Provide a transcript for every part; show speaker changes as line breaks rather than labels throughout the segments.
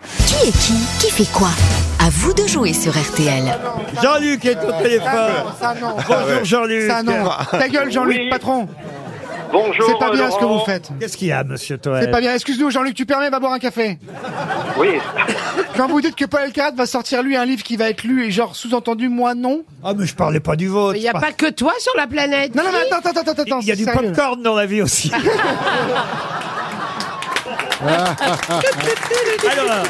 Qui est qui Qui fait quoi À vous de jouer sur RTL.
Jean-Luc est au téléphone.
Ça non.
Bonjour Jean-Luc.
Ça non. Ta gueule Jean-Luc,
Oui.
patron.
Bonjour.
C'est
Oh,
pas bien ce que vous
Laurent.
faites.
Qu'est-ce qu'il y a, monsieur Toer
C'est pas bien. Excuse-nous Jean-Luc, tu permets, va boire un café.
Oui.
Quand vous dites que Paul Elkarat va sortir lui un livre qui va être lu et genre sous-entendu moi non.
Ah, mais je parlais pas du vôtre.
Il n'y a pas que toi sur la planète.
Bah. Non non mais attends attends attends attends.
Il y a
c'est
du
sérieux.
popcorn dans la vie aussi. Alors,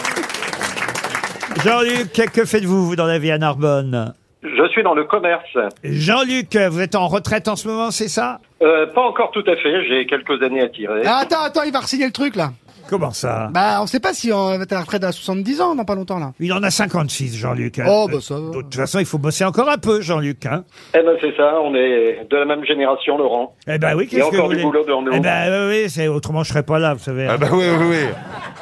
Jean-Luc, que faites-vous vous, dans la vie à Narbonne
Je suis dans le commerce.
Jean-Luc, vous êtes en retraite en ce moment, c'est ça
Euh, pas encore tout à fait. J'ai quelques années à tirer.
Ah, attends attends, il va re-signer le truc là.
Comment ça
Bah on sait pas si on va être à la retraite à 70 ans dans pas longtemps là.
Il en a 56, Jean-Luc.
Oh,
Euh,
bah, ça va.
De toute façon, il faut bosser encore un peu, Jean-Luc. hein.
Eh ben c'est ça. On est de la même génération, Laurent.
eh ben oui,
Il y a
qu'est-ce que vous
encore du
voulez
boulot devant nous.
Eh ben oui, oui, c'est- autrement je serais pas là, vous savez.
Ah bah oui, oui,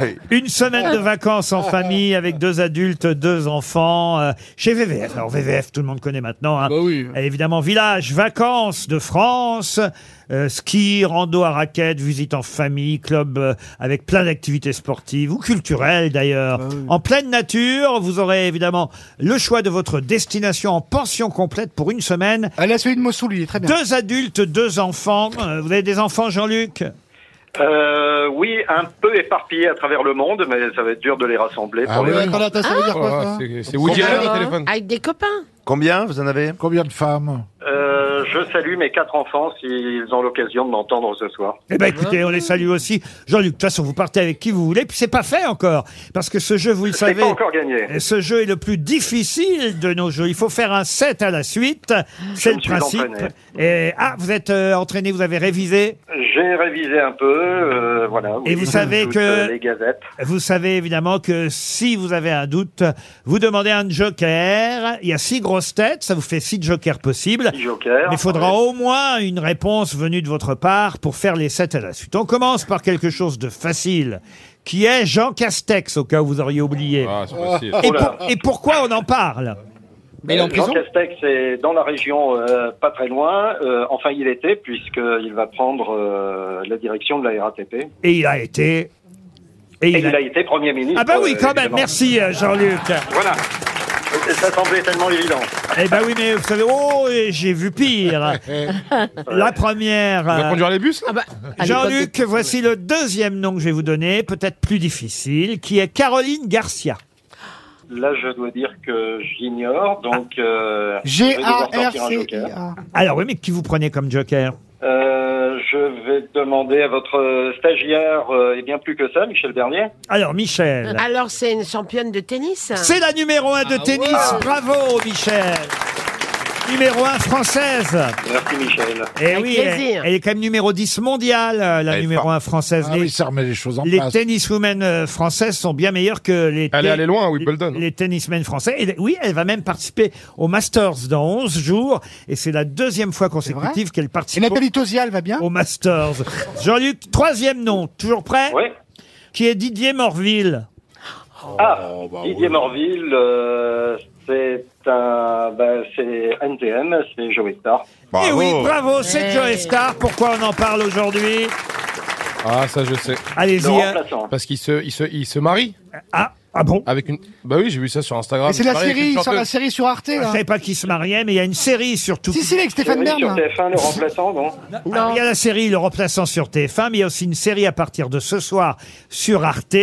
oui.
Une semaine de vacances en famille avec deux adultes, deux enfants, euh, chez VVF. Alors VVF, tout le monde connaît maintenant. hein.
oui.
Et Évidemment, village, vacances de France, euh, ski, rando à raquettes, visite en famille, club euh, avec plein d'activités sportives ou culturelles d'ailleurs. En pleine nature, vous aurez évidemment le choix de votre destination en pension complète pour une semaine.
Elle a celui de Mossoul, il est très bien.
Deux adultes, deux enfants. Euh, Vous avez des enfants, Jean-Luc
Euh, oui, un peu éparpillé à travers le monde, mais ça va être dur de les rassembler.
Ah
pour les-
oui.
Ouais, attends, attends, ça veut dire quoi ça
Ah, C'est Woody Allen au téléphone.
Avec des copains.
Combien vous en avez
Combien de femmes
Euh, je salue mes quatre enfants s'ils ont l'occasion de m'entendre ce soir.
Eh ben
Hein
écoutez, on les salue aussi. Jean-Luc, de toute façon, vous partez avec qui vous voulez. Puis c'est pas fait encore. Parce que ce jeu, vous le
C'est
savez, euh,
pas encore gagné.
ce jeu est le plus difficile de nos jeux. Il faut faire un 7 à la suite. C'est
Je
le
me suis
principe.
entraîné.
Et, ah, vous êtes euh, entraîné, vous avez révisé.
J'ai révisé un peu. euh, voilà.
Et
oui,
vous savez
toutes,
que-
euh, les gazettes.
Vous savez évidemment que si vous avez un doute, vous demandez un joker. Il y a six grosses têtes, ça vous fait six jokers possibles.
Petit Joker.
Mais il faudra au moins une réponse venue de votre part pour faire les sept à la suite. On commence par quelque chose de facile, qui est Jean Castex, au cas où vous auriez oublié.
Ah, c'est facile.
Et,
Oh là.
pour- et pourquoi on en parle
Mais il est en
Euh, Jean
prison.
Castex est dans la région, euh, pas très loin. Euh, enfin, il était, puisqu'il va prendre euh, la direction de la RATP. Et,
Et il a été... Et
il, a... été Premier ministre.
Ah bah oui,
euh,
quand même,
évidemment.
merci euh, Jean-Luc.
Voilà. Et Ça semblait tellement évident.
Eh bah oui, mais vous savez, oh, et j'ai vu pire. La première...
Il
euh,
va conduire les bus
Ah bah,
là
Ah,
Jean-Luc, voici le deuxième nom que je vais vous donner, peut-être plus difficile, qui est Caroline Garcia.
Là, je dois dire que j'ignore, donc... euh, je vais devoir sortir un joker.
G-A-R-C-I-A.
Alors oui, mais qui vous prenez comme joker
Euh, je vais demander à votre stagiaire, euh, et bien plus que ça, Michel Bernier.
Alors Michel.
Alors c'est une championne de tennis.
C'est la numéro
Ah
un de tennis. Bravo, Michel. Numéro un française.
Merci, Michel.
Et
Avec
oui, elle,
plaisir.
elle est quand même numéro 10 mondiale, euh, la
Elle est
numéro
forte.
1 française.
Ah
les
oui, ça remet les choses en
les
place.
tenniswomen euh, françaises sont bien meilleures que les,
Elle est
te-
allée loin hein. à Wimbledon.
les tennismen français. Et oui, elle va même participer au Masters dans 11 jours. Et c'est la deuxième fois consécutive qu'elle
Et
participe au-
Nathalie Tosial va bien
au Masters. Jean-Luc, troisième nom, toujours prêt
Oui.
Qui est Didier Morville.
Ah,
Euh, bah,
Didier Morville, euh, c'est un, bah, c'est NTM, c'est Joey Star.
Et
Eh Bravo.
Eh oui, bravo, c'est
Ouais.
Joe Star. Pourquoi on en parle aujourd'hui
Ah, ça je sais.
Allez-y.
Le
hein.
remplaçant.
Parce qu'il se, il se, il se marie
Ah, ah bon
avec une. Bah oui, j'ai vu ça sur Instagram.
Et c'est
Il
la
se marie avec
série,
une
il sort la
chanteuse.
série sur Arte
Je
là.
savais pas qui se mariait, mais il y a une série surtout.
Si, si, avec Stéphane
Oui,
Bern.
sur
là.
TF1, le remplaçant, non
Alors, Il y a la série Le Remplaçant sur TF1, mais il y a aussi une série à partir de ce soir sur Arte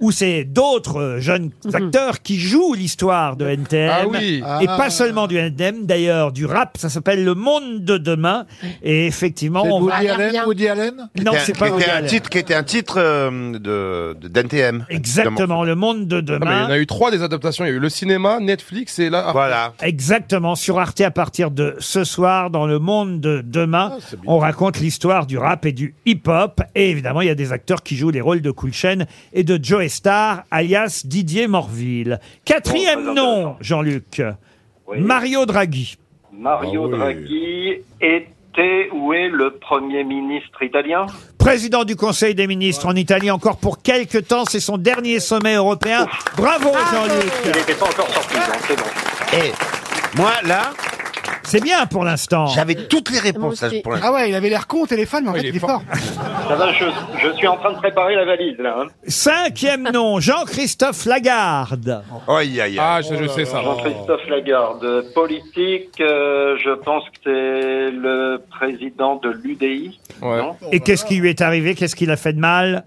où c'est d'autres euh, jeunes acteurs qui jouent l'histoire de NTM.
Ah oui.
Et pas seulement du NTM, d'ailleurs, du rap. Ça s'appelle Le Monde de Demain. Et effectivement,
C'est
on va...
Woody
va-
Allen,
Rien.
Woody Allen
Non, c'est pas
qui
Woody
était un
Allen.
titre, qui était un titre euh, de de- d'NTM.
Exactement, Le Monde de
Ah, mais il y en
Demain.
a eu trois des adaptations. Il y a eu le cinéma, Netflix et là.
Voilà.
Exactement, sur Arte à partir de ce soir, dans le monde de demain,
Ah,
on raconte l'histoire du rap et du hip-hop. Et évidemment, il y a des acteurs qui jouent les rôles de Cool Chain et de Joe Star, alias Didier Morville. Quatrième
Bon, très
nom,
intéressant.
Jean-Luc,
Oui.
Mario Draghi.
Mario
Ah oui.
Draghi était ou est le premier ministre italien
Président du Conseil des ministres en Italie encore pour quelques temps, c'est son dernier sommet européen.
Ah,
Bravo Jean-Luc
Il n'était pas encore sorti, donc c'est bon.
Et moi, là,
C'est bien pour l'instant.
J'avais toutes les réponses là,
aussi.
pour l'instant.
Ah ouais, il avait l'air con au téléphone, mais en
Ouais,
fait, il
il est
est
fort.
fort.
Ça va, je, je suis en train de préparer la valise, là. hein.
Cinquième nom, Jean-Christophe Lagarde.
Aïe, aïe, aïe.
Ah, ça, je sais ça.
Jean-Christophe Lagarde, politique, euh, je pense que c'est le président de l'UDI.
Ouais.
non
Et qu'est-ce qui lui est arrivé Qu'est-ce qu'il a fait de mal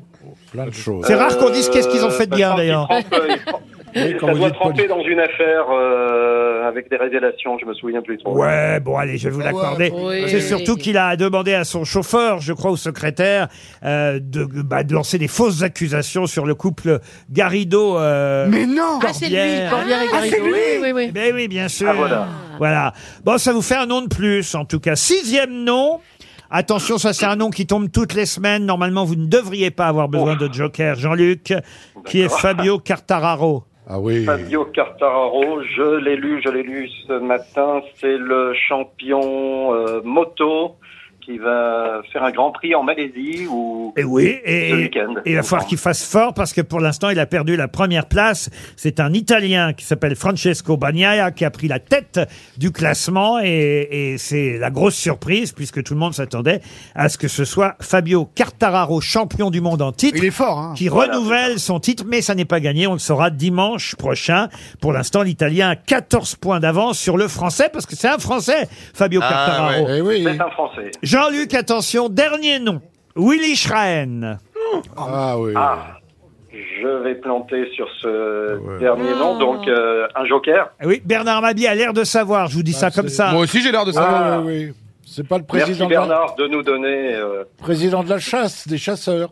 Plein de choses.
C'est rare qu'on dise qu'est-ce qu'ils ont fait de
Euh,
bien
bah,
d'ailleurs.
je pense qu'il trempe, euh, il
Oui,
trempe.
quand
Ça
vous
doit
dites
tremper dans une affaire euh, avec des révélations, je me souviens plus trop.
Ouais, bon allez, je vais vous l'accorder.
oui,
C'est
oui,
surtout
oui.
qu'il a demandé à son chauffeur, je crois, au secrétaire, euh, de, bah, de lancer des fausses accusations sur le couple Garrido. euh,
Mais non
Ah, c'est lui,
Corbière.
Corbière et
Ah, c'est
Garrido.
lui
oui, oui, oui.
Ben oui, bien sûr.
Ah, voilà.
Voilà. Bon, ça vous fait un nom de plus, en tout cas. Sixième nom. Attention, ça c'est un nom qui tombe toutes les semaines. Normalement, vous ne devriez pas avoir besoin de joker, Jean-Luc, qui est Fabio Cartararo.
Ah oui.
Fabio Cartararo, je l'ai lu, je l'ai lu ce matin, c'est le champion euh, moto qui va faire un grand prix en Malaisie ou
Et Eh oui,
Ce
et,
week-end.
et il va falloir qu'il fasse fort parce que pour l'instant, il a perdu la première place. C'est un Italien qui s'appelle Francesco Bagnaia qui a pris la tête du classement et, et c'est la grosse surprise puisque tout le monde s'attendait à ce que ce soit Fabio Cartararo, champion du monde en titre.
Il est fort, hein
qui
Voilà,
renouvelle son titre, mais ça n'est pas gagné. On le saura dimanche prochain. Pour l'instant, l'Italien a 14 points d'avance sur le Français, parce que c'est un Français, Fabio
Ah,
Cartararo.
Eh oui.
c'est un Français.
Jean-Luc, attention, dernier nom. Willy Schrein.
Ah oui.
Ah, je vais planter sur ce dernier nom, donc euh, un joker.
Ah Oui, Bernard Mabie a l'air de savoir, je vous dis ça
Ah,
comme
c'est-
ça.
Moi aussi, j'ai l'air de ça.
Ah oui, oui. C'est pas le
Merci
président de, la...
Bernard de nous donner... euh,
président de la chasse, des chasseurs.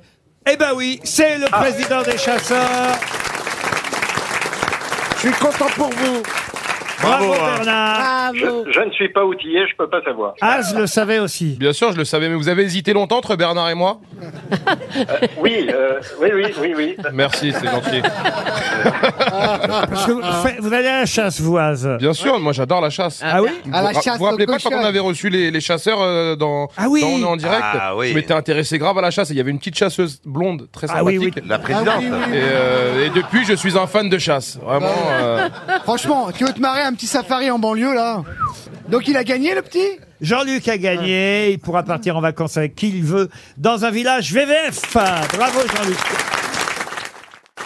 Eh ben oui, c'est le
Ah.
président des chasseurs.
Je suis content pour vous.
Bravo,
Bravo, hein.
Bernard.
je,
Bravo.
je ne suis pas outillé, je peux pas savoir.
Az le savait aussi.
Bien sûr, je le savais, mais vous avez hésité longtemps entre Bernard et moi
Oui, euh, oui, oui, oui, oui.
Merci, c'est gentil.
Ah.
Parce que vous, faites- vous allez à la chasse, vous, Az.
Bien sûr, moi j'adore la chasse.
Ah oui
À la
vous,
chasse
vous rappelez
aux
pas quand
cochons.
on avait reçu les, les chasseurs euh, dans,
Ah oui.
dans On est en direct
Ah oui.
Je m'étais intéressé grave à la chasse et il y avait une petite chasseuse blonde très
Ah oui,
sympathique.
La présidente.
Ah oui, oui,
Et, euh, et depuis, je suis un fan de chasse. Vraiment.
Bah.
euh,
Franchement, tu veux te marrer un petit safari en banlieue, là Donc il a gagné, le petit
Jean-Luc a gagné. Il pourra partir en vacances avec qui il veut dans un village VVF. Bravo, Jean-Luc.